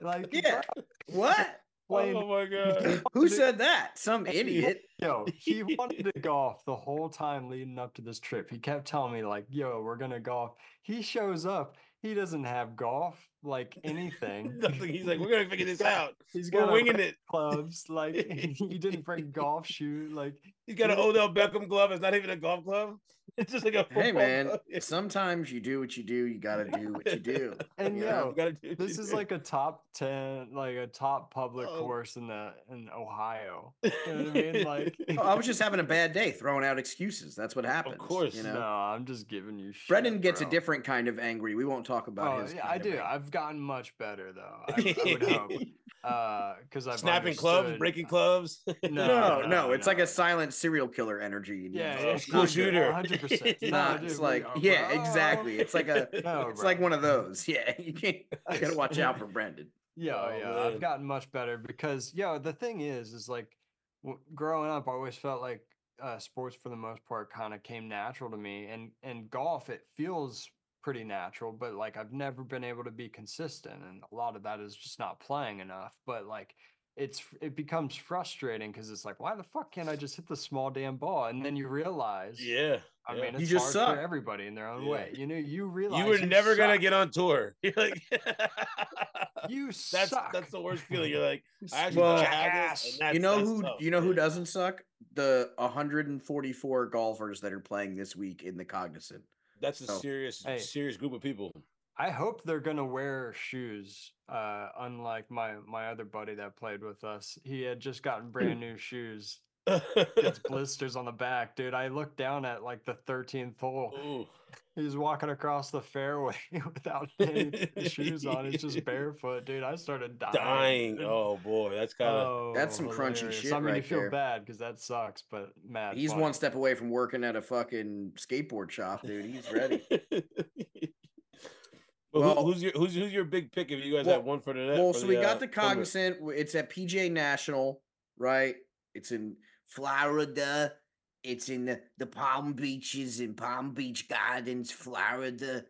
like
Yeah.
bro,
What?
playing-
Oh my god.
Who said that? Some idiot.
Yo, he wanted to golf the whole time leading up to this trip. He kept telling me, like, yo, we're gonna golf. He shows up, he doesn't have golf, like anything.
Nothing. He's like, we're gonna figure this out.
He's got
We're
a
winging
red
it.
clubs, like he didn't bring golf shoe. Like
He's got an Odell Beckham glove. It's not even a golf glove. It's just like a football.
Hey man,
glove. Yeah.
sometimes you do what you do, you gotta do what you do.
and
Yeah,
yo,
You gotta do what
this
you
is
do.
like a top ten, like a top public
Oh.
course in the in Ohio. You know what I mean? Like
Oh, I was just having a bad day, throwing out excuses. That's what happens.
course,
you know.
No, I'm just giving you shit.
Brendan gets a
bro.
different kind of angry. We won't talk about
Oh,
his.
yeah, I
kind of
do.
ang-
I've gotten much better though. I, I would hope. because I've
snapping clubs,
understood-
breaking clubs.
No, no, it's like a silent serial killer energy. and
yeah,
it's
yeah,
just
school
not good.
shooter.
One hundred percent.
No,
Nah, it's like yeah,
"Oh,
exactly. It's like a
No,
it's
bro.
like one of those. Yeah, you can't you gotta watch out for Brendan.
Yeah,
Oh,
yeah.
man.
I've gotten much better because yo, the thing is, is like w- growing up, I always felt like uh, sports for the most part kind of came natural to me, and and golf it feels pretty natural, but like I've never been able to be consistent, and a lot of that is just not playing enough. But like it's f- it becomes frustrating because it's like why the fuck can't I just hit the small damn ball? And then you realize,
Yeah.
I
yeah.
mean, it's
You just
hard
suck.
for everybody in their own
Yeah.
way. You know, you realize
you were never gonna
suck.
get on tour. You're like,
you
that's
suck.
that's the worst feeling. You're like, I actually
Well,
gotta have this,
jackass.
and that's-
you know
that's
who
tough.
you know who
Yeah.
doesn't suck? The 144 golfers that are playing this week in the cognizant.
That's a
Oh.
serious,
Hey.
serious group of people.
I hope they're gonna wear shoes. Uh, unlike my my other buddy that played with us, he had just gotten brand new shoes. It's blisters on the back, dude. I looked down at like the thirteenth hole.
Ooh.
He's walking across the fairway without any fucking shoes on. It's just barefoot, dude. I started dying.
dying.
dude.
Oh boy, that's kind of
That's some crunchy shit
Oh, I mean, you
right
feel
there.
bad because that sucks, but man,
He's one step away from working at a fucking skateboard shop, dude. He's ready.
well,
Well-
who's your who's who's your big pick? If you guys
Well-
have one for today.
well,
for
so we
uh,
got the
tournament?
cognizant. w- It's at PJ National, right? It's in Florida. It's in the, the Palm Beaches in Palm Beach Gardens, Florida,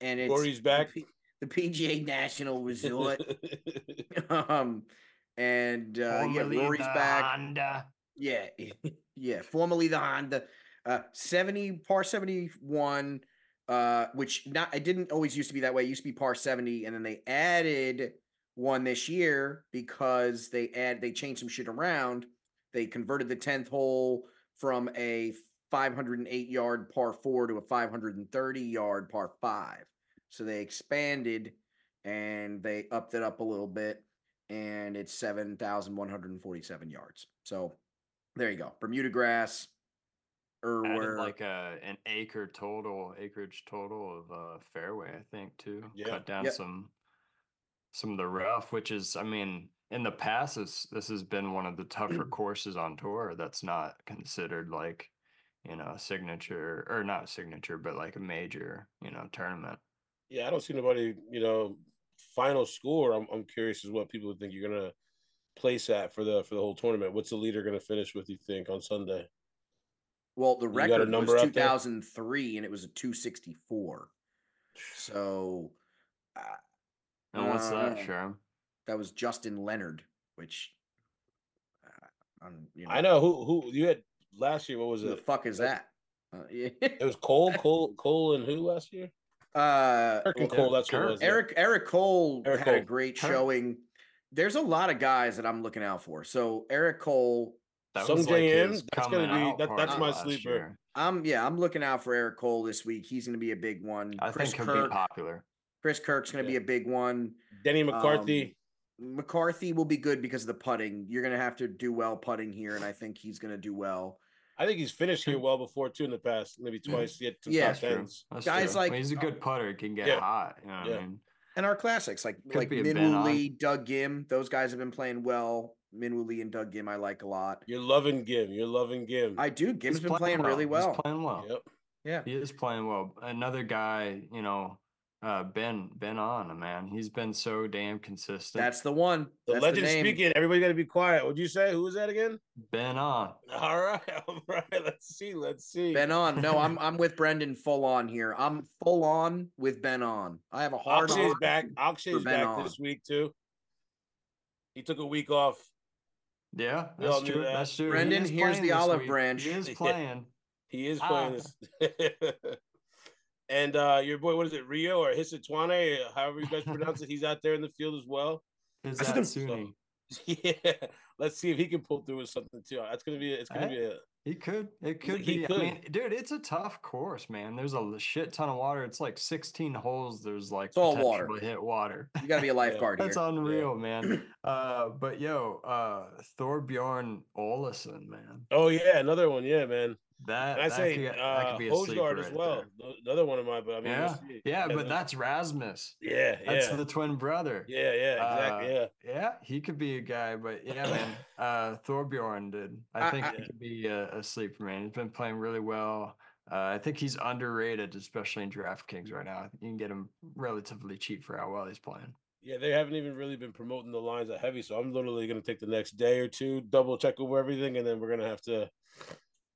and it's
Rory's back.
The, P- the PGA National Resort. um, and uh, yeah, Rory's back. Yeah, yeah. Formerly the Honda, uh, seventy par seventy one, uh, which not it didn't always used to be that way. It used to be par seventy, and then they added one this year because they add they changed some shit around. They converted the tenth hole from a five hundred and eight yard par four to a five hundred and thirty yard par five. So they expanded and they upped it up a little bit, and it's seven thousand one hundred and forty seven yards. So there you go, Bermuda grass, or
Added like a an acre total, acreage total of uh, fairway, I think, too.
Yeah.
Cut down
Yep.
some some of the rough, which is, I mean, in the past, this this has been one of the tougher courses on tour. That's not considered like, you know, a signature or not a signature, but like a major, you know, tournament.
Yeah, I don't see nobody. You know, final score. I'm I'm curious as what people think you're gonna place at for the for the whole tournament. What's the leader gonna finish with? You think on Sunday?
well, the
You got a
record
number
was
up
two
there?
thousand three, and it was a two sixty four. So
And what's that,
Uh,
Sherm?
That was Justin Leonard, which uh, I'm, you know,
I know who who you had last year. What was
who the
it?
fuck is that? Uh, yeah.
It was Cole, Cole, Cole, and who last year?
uh,
Kirk and
well,
Cole. That's what
Kirk.
it was. yeah.
Eric Eric Cole
Eric
had a
Cole.
great
Huh?
showing. There's a lot of guys that I'm looking out for. So Eric Cole,
That
Sung
was like
Jae-in,
his
that's gonna
coming
be-
out
that-
party
that's my
last
sleeper.
year.
I'm yeah, I'm looking out for Eric Cole this week. He's going to be a big one.
I
Chris
think he'll
Kirk,
be popular.
Chris Kirk's going to
Yeah.
be a big one.
Denny McCarthy.
Um, McCarthy will be good because of the putting. You're going to have to do well putting here, and I think he's going to do well.
I think he's finished here well before too in the past, maybe
Yeah.
twice. He had two
Yeah,
That's
top
true.
tens.
That's
Guys
true. Well,
like-
he's a good putter. He can get
Yeah.
hot. You know what
Yeah.
I mean?
And our classics like
Could
like
be a Ben
Minwoo
on.
Lee, Doug Gim, those guys have been playing well. Minwoo Lee and Doug Gim, I like a lot.
You're loving Gim. You're loving Gim.
I do. Gim's
He's
been playing, really well.
He's playing well.
yep.
yeah,
He is playing well. Another guy, you know, uh, Ben Ben on man. He's been so damn consistent.
that's the one.
The
That's
legend
name.
speaking. Everybody got to be quiet. Would you say who was that again?
Ben on.
All right, all right. Let's see. Let's see.
Ben on. No, I'm I'm with Brendan full on here. I'm full on with Ben on. I have a hard
Akshay
on.
is back. Akshay
for
is
Ben
back
on.
this week too. He took a week off.
Yeah,
We
that's
all knew
true.
that.
That's true. He
Brendan,
is
here's
playing
the
this
olive
week.
branch.
He is
Yeah.
playing.
He is
Ah.
playing this. and uh your boy, what is it, Rio or Hisatwane, or however you guys pronounce it? He's out there in the field as well.
Is
I
that
don't-
Suni?
yeah. Let's see if he can pull through with something too. That's gonna be. It's gonna
Hey.
be a.
He could. It could
he
be.
could.
I mean, dude, it's a tough course, man. There's a l- shit ton of water. It's like 16 holes. There's like
It's all water.
potential to hit water.
You got to be a lifeguard
That's
here.
unreal, man. Uh, but yo, uh, Thorbjorn Olesen, man.
Oh yeah, another one. Yeah, man.
That
And I
that
say
could, that
uh,
could be a
Hojgaard
sleeper
as
right
well.
there.
Th- Another one of mine, but I mean,
Yeah,
we'll see.
yeah,
Yeah,
but
no.
that's Rasmus.
yeah,
That's
yeah,
the twin brother.
yeah, yeah, exactly.
uh,
yeah,
Yeah, he could be a guy, but yeah, man. Uh Thorbjorn did. I
I-
think
I-
he could be a, a sleeper, man. He's been playing really well. Uh, I think he's underrated, especially in DraftKings right now. I think you can get him relatively cheap for how well he's playing.
yeah. They haven't even really been promoting the lines that heavy, so I'm literally gonna take the next day or two, double check over everything, and then we're gonna have to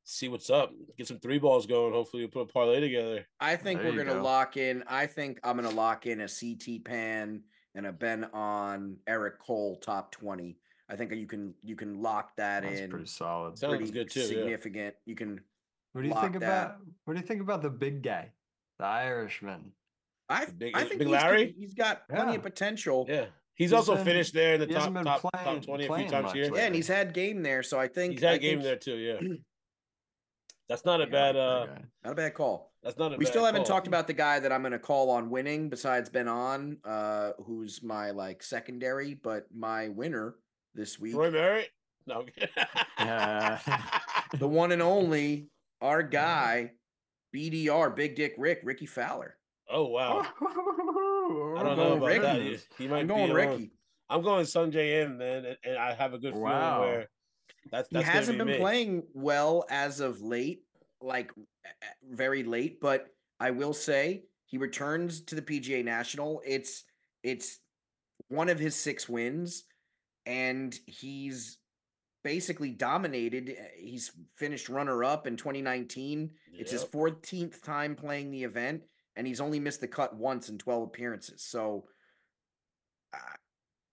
see what's up, get some three balls going. Hopefully, we'll put a parlay together.
I think
There
we're
you
gonna
go.
lock in. I think I'm gonna lock in a CT Pan and a Ben on Eric Cole top twenty. I think you can you can lock that
That's
in.
pretty solid.
Sounds good too, yeah.
Significant. You can.
What do you
lock
think
that.
about what do you think about the big guy? The Irishman.
I,
Big-
I think
Big
he's got-
Larry?
he's got plenty
Yeah.
of potential.
Yeah, he's,
He's
also
been-
finished there in the
he
top
hasn't been
top,
playing-
top twenty a few
playing
times
much
here.
lately.
Yeah, and he's had game there, so I think
He's had
I
a game
think
there too. Yeah, that's not a
Yeah, I like
bad.
that
uh
guy.
Not a bad call.
That's not a.
We
bad
still haven't
call.
talked about the guy that I'm going to call on winning besides Ben on, uh, who's my like secondary, but my winner this week,
Roy Merritt. No. I'm kidding.
Yeah.
the one and only, our guy, BDR, Big Dick Rick, Ricky Fowler.
oh wow. I don't
I'm
know
going
about
Ricky.
that. He, he might
I'm
be uh,
going
alone.
Ricky.
I'm going Sung J M, man, and, and I have a good feeling
Wow.
where that's
He
that's gonna
hasn't
be
been
me.
playing well as of late, like eh, eh, very late, but I will say he returns to the PGA National. It's it's one of his six wins, and he's basically dominated. Eh, He's finished runner up in 2019. It's his
Yep.
14th time playing the event, and he's only missed the cut once in 12 appearances. So I,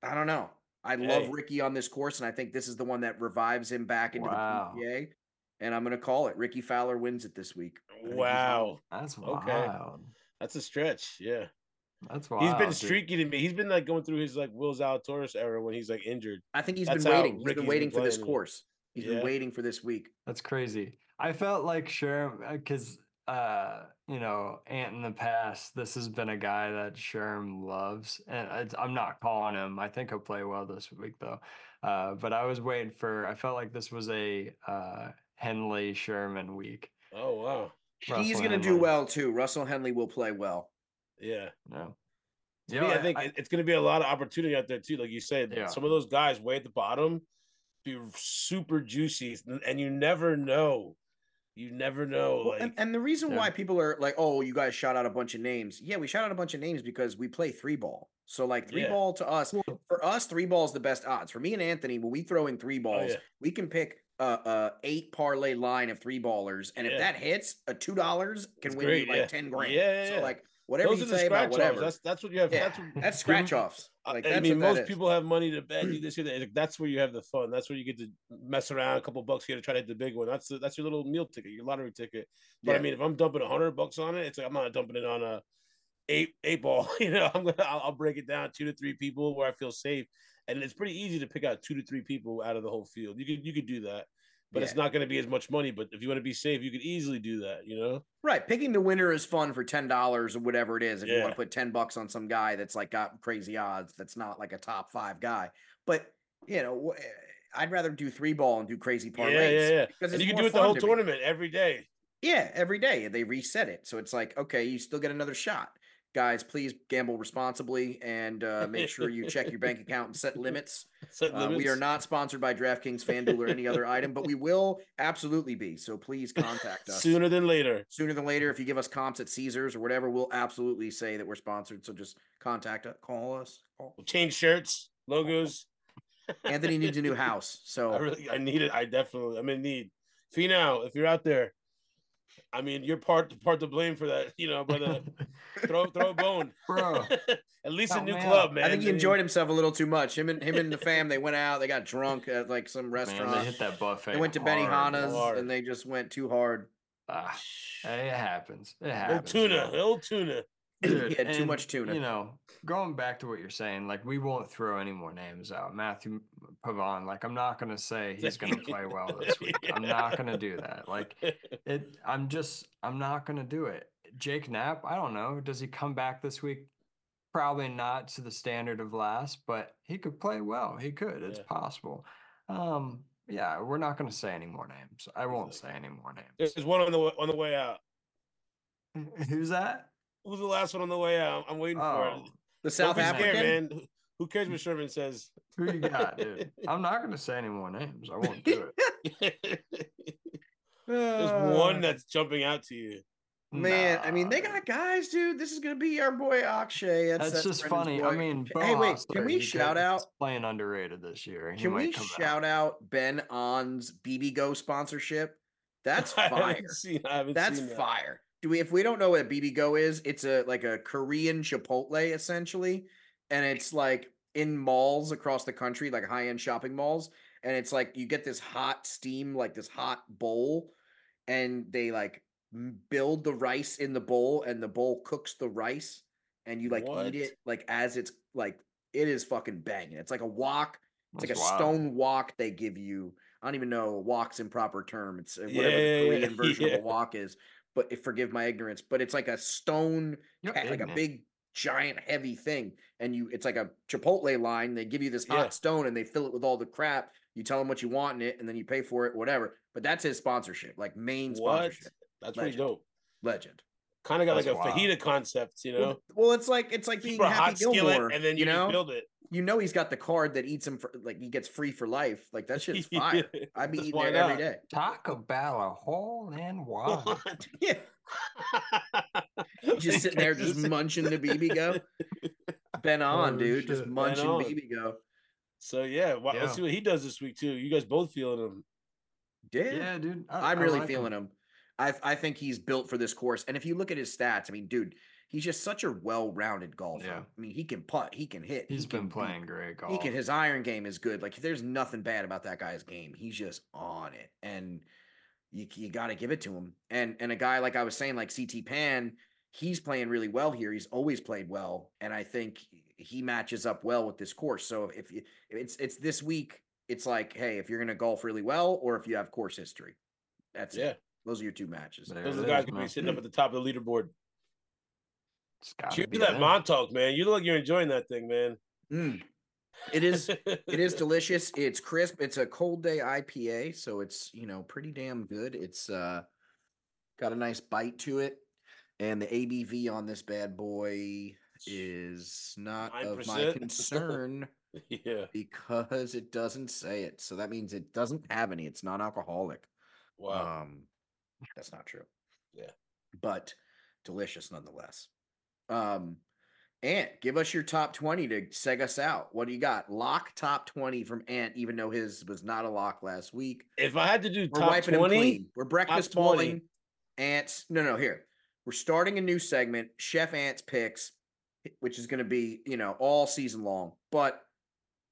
I don't know. I love
Hey.
Ricky on this course, and I think this is the one that revives him back into
Wow.
the PGA. And I'm going to call it. Ricky Fowler wins it this week. I think he's winning.
Wow,
That's wild.
Okay. that's a stretch. Yeah,
That's wild.
he's been
dude.
streaky to me. He's been like going through his like Will Zalatoris era when he's like injured.
I think he's
That's
been
how
waiting. He's
Ricky's
been
been
waiting for this
playing.
course. He's
Yeah.
been waiting for this week.
That's crazy. I felt like Sherm because uh, you know, Ant in the past, this has been a guy that Sherm loves, and it's, I'm not calling him. I think he'll play well this week though. Uh, but I was waiting for. I felt like this was a uh, Henley Sherman week.
Oh wow,
he's
Russell
going to do
Henley.
well too. Russell Henley will play well.
yeah.
No,
To me, I think it- it's going to be a lot of opportunity out there too. Like you said,
Yeah.
some of those guys way at the bottom be super juicy, and you never know. You never know.
Well,
like
and, and the reason
Yeah.
why people are like, oh, you guys shout out a bunch of names. Yeah, we shout out a bunch of names because we play three ball. So like three
Yeah.
ball to us,
Well-
for us, three ball is the best odds. For me and Anthony, when we throw in three balls,
Oh, yeah.
we can pick a, a eight parlay line of three ballers, and if
Yeah.
that hits, a two dollars can
It's
win
great,
you like
yeah.
ten grand.
Yeah, yeah,
so
yeah.
like Whatever
Those
you
are the
say about
scratch offs.
whatever.
That's that's what you have.
Yeah.
That's what,
That's scratch offs. Like that's
I mean,
what that
most
is.
people have money to bet you this year. that- like, That's where you have the fun. That's where you get to mess around a couple bucks here to try to hit the big one. That's the, that's your little meal ticket, your lottery ticket. But
Yeah.
I mean, if I'm dumping a hundred bucks on it, it's like I'm not dumping it on a eight eight ball. You know, I'm gonna I'll, I'll break it down two to three people where I feel safe, and it's pretty easy to pick out two to three people out of the whole field. You could you could do that, but it's
Yeah.
not going to be as much money. But if you want to be safe, you could easily do that. You know,
Right. Picking the winner is fun for ten dollars or whatever it is. If you want
Yeah.
to put ten bucks on some guy that's like got crazy odds, that's not like a top five guy. But you know, wh- eh, I'd rather do three ball and do crazy parlays.
yeah, yeah, yeah.
because
And
it's
you can
more
do it the
fun
whole
to me.
tournament every day.
Yeah, every day they reset it, so it's like okay, you still get another shot. Guys, please gamble responsibly and uh, make sure you check your bank account and set limits.
Set
Uh, we
limits.
are not sponsored by DraftKings, FanDuel, or any other item, but we will absolutely be. So please contact us
sooner than later.
sooner than later if you give us comps at caesars or whatever we'll absolutely say that we're sponsored so just contact us call us Call-
We'll change shirts, logos.
anthony needs a new house
I
so
really, I need it. I definitely, I'm in need. Finau, if you're out there, I mean, you're part part to blame for that. You know, but uh, throw throw a bone.
Bro,
At least a
help
new
me
club,
out.
man.
Oh, i think he enjoyed himself a little too much him and him and the fam they went out they got drunk at like some
man, they
restaurant
hit that buffet.
they went to
hard.
benihana's
hard.
and they just went too hard
Ah, it happens. It
Old
happens.
tuna,
bro.
old tuna.
He
Dude,
had too
and,
much tuna.
You know, going back to what you're saying, like we won't throw any more names out. Matthew Pavon, like I'm not gonna say he's gonna play well this week. I'm not gonna do that. Like it, I'm just, I'm not gonna do it. Jake Knapp, I don't know. Does he come back this week? Probably not to the standard of last, but he could play well. He could. It's
Yeah.
possible. Um, yeah, we're not gonna say any more names. I won't say any more
There's
names.
one on the wa- on the way out.
Who's that?
Who's the last one on the way out? I'm waiting for it.
Oh,
the south
Don't be scared,
african
man. Who- Who cares what Sherman says?
Who you got, dude? I'm not gonna say any more names. I won't do it.
There's one that's jumping out to you.
Uh, man i mean they
Nah,
got guys dude this is gonna be our boy akshay
That's,
that's
just
Brendan's
funny.
boy.
I mean, Bo
hey wait can
Hostler,
we
he
shout
could-
out
he's playing underrated this year? He
Can
might
we
come
shout out Ben On's BB Go sponsorship? That's
I haven't
fire.
seen- I haven't
That's
seen that.
fire. Do we if we don't know what a BB Go is, it's a like a Korean Chipotle essentially. And it's like in malls across the country, like high-end shopping malls. And it's like you get this hot steam, like this hot bowl, and they like m- build the rice in the bowl, and the bowl cooks the rice, and you like
What?
eat it like as it's like it is fucking banging. It's like a wok, it's like a
That's wild.
stone walk they give you. I don't even know walk's improper term. It's uh, whatever
Yeah,
the
yeah,
Korean
yeah,
version
yeah.
of a walk is. But if, forgive my ignorance, but it's like a stone,
You're
ca- like a
ignorant.
big, giant, heavy thing, and you. It's like a Chipotle line. They give you this hot
Yeah.
stone, and they fill it with all the crap. You tell them what you want in it, and then you pay for it, whatever. But that's his sponsorship, like main
What?
sponsorship,
That's pretty
Legend.
dope.
legend.
Kind of got
That's
like a
wild.
fajita concept, you know.
Well, it's like it's like being
Super
Happy
hot
Gilmore,
skillet, and then you,
you
just
know,
build it.
you know, he's got the card that eats him for like he gets free for life. Like that shit's fire. I'd be
That's
eating
why
it every
not?
day.
Talk about a hole in one.
What?
Yeah, Oh. just sitting there, just munching the BB go. Ben on,
Oh,
dude,
shit,
just
Ben
munching
on.
BB go.
So yeah, wa-
Yeah.
let's see what he does this week too. You guys both feeling him?
Yeah,
Yeah, dude. I,
I'm really feeling
it.
him. I I think he's built for this course. And if you look at his stats, I mean, dude, he's just such a well-rounded golfer.
Yeah.
I mean, he can putt, he can hit. he
He's
can
been
beat,
playing great golf.
He can. His iron game is good. Like there's nothing bad about that guy's game. He's just on it, and you you got to give it to him. And and a guy like I was saying, like CT Pan, he's playing really well here. He's always played well, and I think he matches up well with this course. So if you, it's it's this week, it's like, hey, if you're gonna golf really well, or if you have course history, that's
Yeah,
it. Those are your two matches.
There
those
it
are the guys
is,
gonna be
man.
sitting up at the top of the leaderboard.
It's gotta
Cheers
be
to that
him.
Montauk, man. You look like you're enjoying that thing, man.
Mm. It is. It is delicious. It's crisp. It's a cold day IPA, so it's you know pretty damn good. It's uh got a nice bite to it, and the ABV on this bad boy is not of my
9%.
concern
yeah.
because it doesn't say it. So that means it doesn't have any. It's non-alcoholic.
Uh,
Wow.
Um, that's not true.
Yeah.
but delicious nonetheless. Um, Ant, give us your top twenty to seg us out. What do you got? Lock top twenty from Ant, even though his was not a lock last week.
if I had to do
We're
top
wiping him
twenty,
clean. We're breakfast
20.
balling. Ants. No, no. Here, We're starting a new segment, Chef Ant's Picks, which is going to be, you know, all season long. But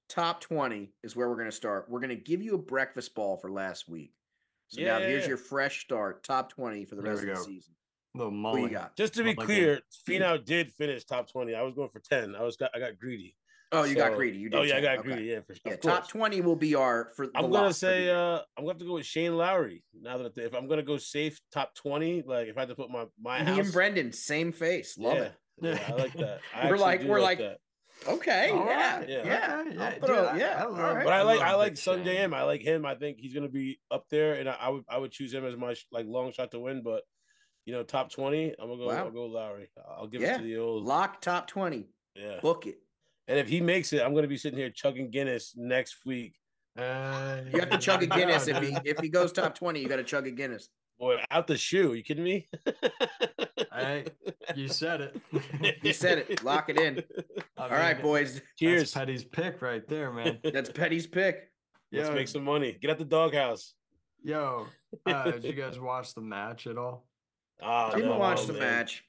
top 20 is where we're going to start. We're going to give you a breakfast ball for last week. So now
Yeah.
here's your fresh start, top 20 for the
There
rest of
we
the
go.
season.
Little
What
mullet.
do you got?
Just to be
Mulligan.
clear, Finau did finish top twenty. I was going for ten. I was got I got greedy.
Oh, you got
So-
greedy. You did.
Oh yeah, I
say-
got
okay.
greedy. Yeah, for sure.
Yeah,
Of
top
course.
20 will be our for the
I'm
lock
gonna
for
say
the-
uh, I'm gonna have to go with Shane Lowry. Now that if I'm gonna go safe top twenty, like if I had to put my my
me
house,
and Brendan, same face. Love
yeah,
it.
Yeah, I like that. I
We're
actually
like-
do
we're like-
that.
Okay.
All
yeah.
right,
Yeah.
yeah,
okay,
I'll
yeah,
throw-
dude, I-
yeah,
I
all
love-
right.
But I like
love
I like
Big
Sung J
Shane.
M. I like him. I think he's gonna be up there, and I, I would I would choose him as my sh- like long shot to win. But you know, top twenty, I'm gonna go.
Wow.
I'll go Lowry. I'll give
Yeah.
it to the old.
Lock top 20.
yeah.
Book it.
And if he makes it, I'm gonna be sitting here chugging Guinness next week.
Uh,
You have to chug a
yeah,
Guinness if he
dude.
if he goes top 20, you got to chug a Guinness.
Boy, out the shoe. You kidding me?
Hey, you said it.
You said it. Lock it in.
I
All right,
mean,
boys.
That's
Cheers.
Petty's pick right there, man.
That's Petty's pick.
Let's
Yo,
make some money. Get out the doghouse.
yo. Uh, did you guys watch the match at all?
Oh,
Didn't
no,
watch
oh,
the
man.
match.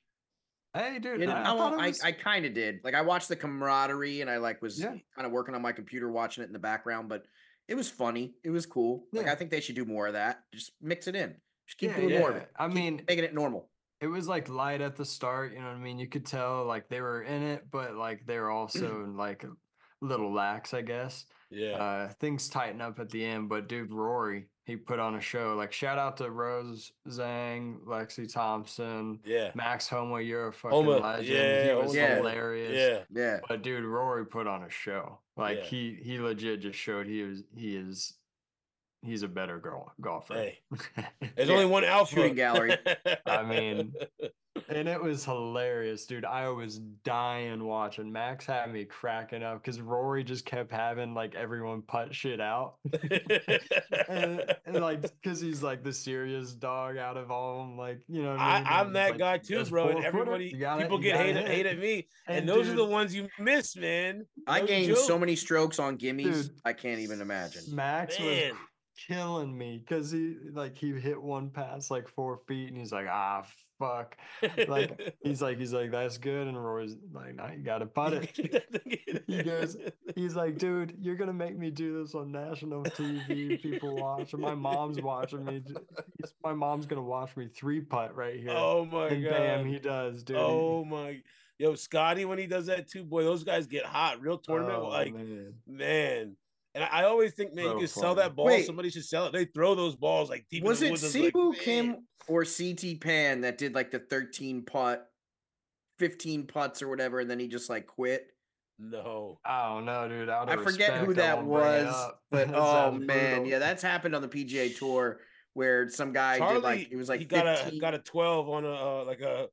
Hey, dude.
You know, I,
thought it
I,
was-
I kind of did. Like I watched the camaraderie and I like was
Yeah.
kind of working on my computer watching it in the background, but it was funny. It was cool. Like
Yeah.
I think they should do more of that. Just mix it in. Just keep
Yeah,
doing more of
yeah.
it.
I
Keep
mean-
making it normal.
it was like light at the start, you know what I mean? You could tell like they were in it, but like they were also like a little lax, I guess.
Yeah.
Uh things tighten up at the end, but dude Rory, he put on a show. Like shout out to Rose Zhang, Lexi Thompson,
Yeah.
Max Homo, you're a fucking
Homa,
legend.
yeah,
he was
yeah,
hilarious.
Yeah.
Yeah.
But dude, Rory put on a show. Like
Yeah.
he he legit just showed he was he is he's a better girl golfer.
Hey. There's
Yeah.
only one alpha.
Shooting gallery.
I mean, and it was hilarious, dude. I was dying watching. Max had me cracking up because Rory just kept having like everyone putt shit out, and, and, like because he's like the serious dog out of all of them. Like you know, what I
I,
mean?
I'm
And,
that
like,
guy
"That's
too, bro. And
four-footer,
everybody,
you gotta-
people
you
get
gotta
hate,
hit
hate
it."
at me, and,
And,
those are the
dude,
ones you miss, man.
I
No
gained so
joke.
many strokes on gimmies,
Dude.
I can't even imagine.
Max
Man.
was killing me because he like he hit one pass like four feet, and he's like, ah, fuck. Like he's like he's like that's good, and Rory's like, no, you gotta putt it. He goes- He's like, dude, you're gonna make me do this on national TV. People watch, and my mom's watching me. do- he's- My mom's gonna watch me three putt right here.
Oh my
and
god!
bam, he does, dude. He-
oh my, yo, Scotty, when he does that too, boy, those guys get hot. Real tournament,
Oh,
like
man.
man. And I I always think, man,
So
you can sell
funny.
that ball.
Wait.
Somebody should sell it. They throw those balls like deep.
Was
in the
it
woods. It's like,
Sibu
man.
Kim or CT Pan that did like the 13 putt, 15 putts or whatever, and then he just like quit?
No.
I don't know, dude. Out
I
of
forget who
respect,
that
I won't bring it
was,
up.
but
That
oh
sounds
man,
brutal.
yeah, that's happened on the PGA Tour where some guy did like it was like
he got a
15
got a twelve on a uh, like a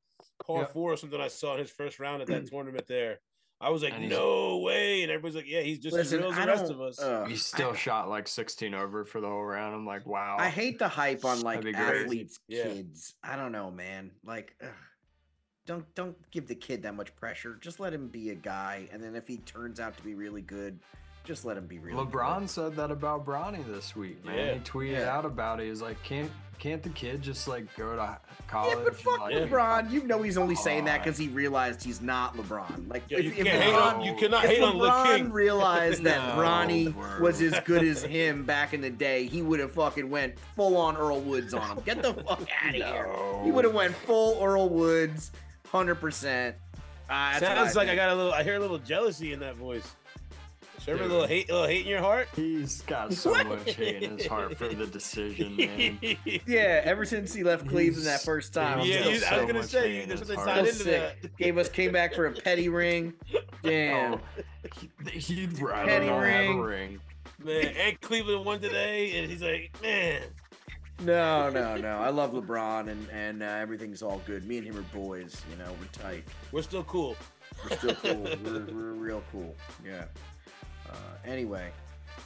par
Yeah.
four or something. I saw in his first round at that tournament there. I was like,
And he's-
no way, and everybody's like, yeah, he's just
Listen,
as real as
I
the rest
don't-
of us.
uh,
He
I-
still shot like 16 over for the whole round. I'm like, wow.
I hate the hype on like
That'd be great.
athletes,
Yeah.
kids. I don't know, man. Like, ugh. don't don't give the kid that much pressure. Just let him be a guy, and then if he turns out to be really good, just let him be really. good.
LeBron said that about Bronny this week, man.
Yeah.
He tweeted
Yeah.
out about it. He's like, can't can't the kid just like go to h-
Yeah,
college?
but fuck
like,
Yeah.
LeBron. You know he's only saying that
on.
because he realized he's not LeBron. Like,
Yo,
if,
you,
if
can't hate on,
LeBron,
you
if
cannot
if
hate on
LeBron
Le King.
realized that
No,
Bronny
word.
was as good as him back in the day, he would have fucking went full on Earl Woods on him. Get the fuck out of here. He
No.
would have went full Earl Woods, hundred percent. Uh,
Sounds like I got a little. I hear a little jealousy in that voice. Sherman, a little
Dude.
hate, a little hate in your heart.
He's got so much hate in his heart for the decision, man.
Yeah, ever since he left Cleveland that
He's-
first time,
I'm
I'm
yeah,
still
you, I
so
was gonna
much
say
hate
you,
in
there's
his
something
heart.
tied
still
into that.
sick. Gave us came back for a petty ring.
Oh.
Damn.
He, he'd rather
Kenny
not have
ring.
a ring.
Man, and Cleveland won today, and he's like, man,
No, no, no. I love LeBron, and and uh, everything's all good. Me and him are boys. You know, we're tight.
we're still cool.
We're still cool. we're, we're real cool. Yeah. Uh, anyway,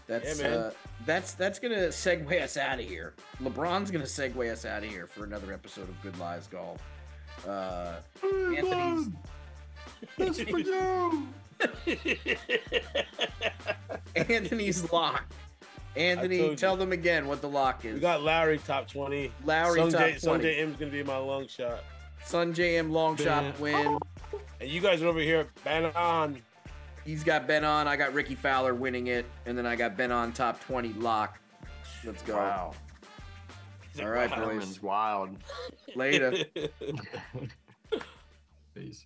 that's
Yeah, man.
uh, that's that's gonna segue us out of here. LeBron's gonna segue us out of here for another episode of Good Lies Golf. Uh, Anthony's-
That's for you.
Anthony's lock.
told
Anthony,
you.
tell them again what the lock is.
we got Lowry top twenty.
Lowry top
Someday,
20.
someday M's gonna be my long shot.
Sanjay M. Long shot
Ben-
win.
And you guys are over here, ban on.
He's got Ben on. I got Ricky Fowler winning it, and then I got Ben on top twenty lock. Let's go.
Wow.
All right,
Herman's
boys.
wild.
Later.
Peace.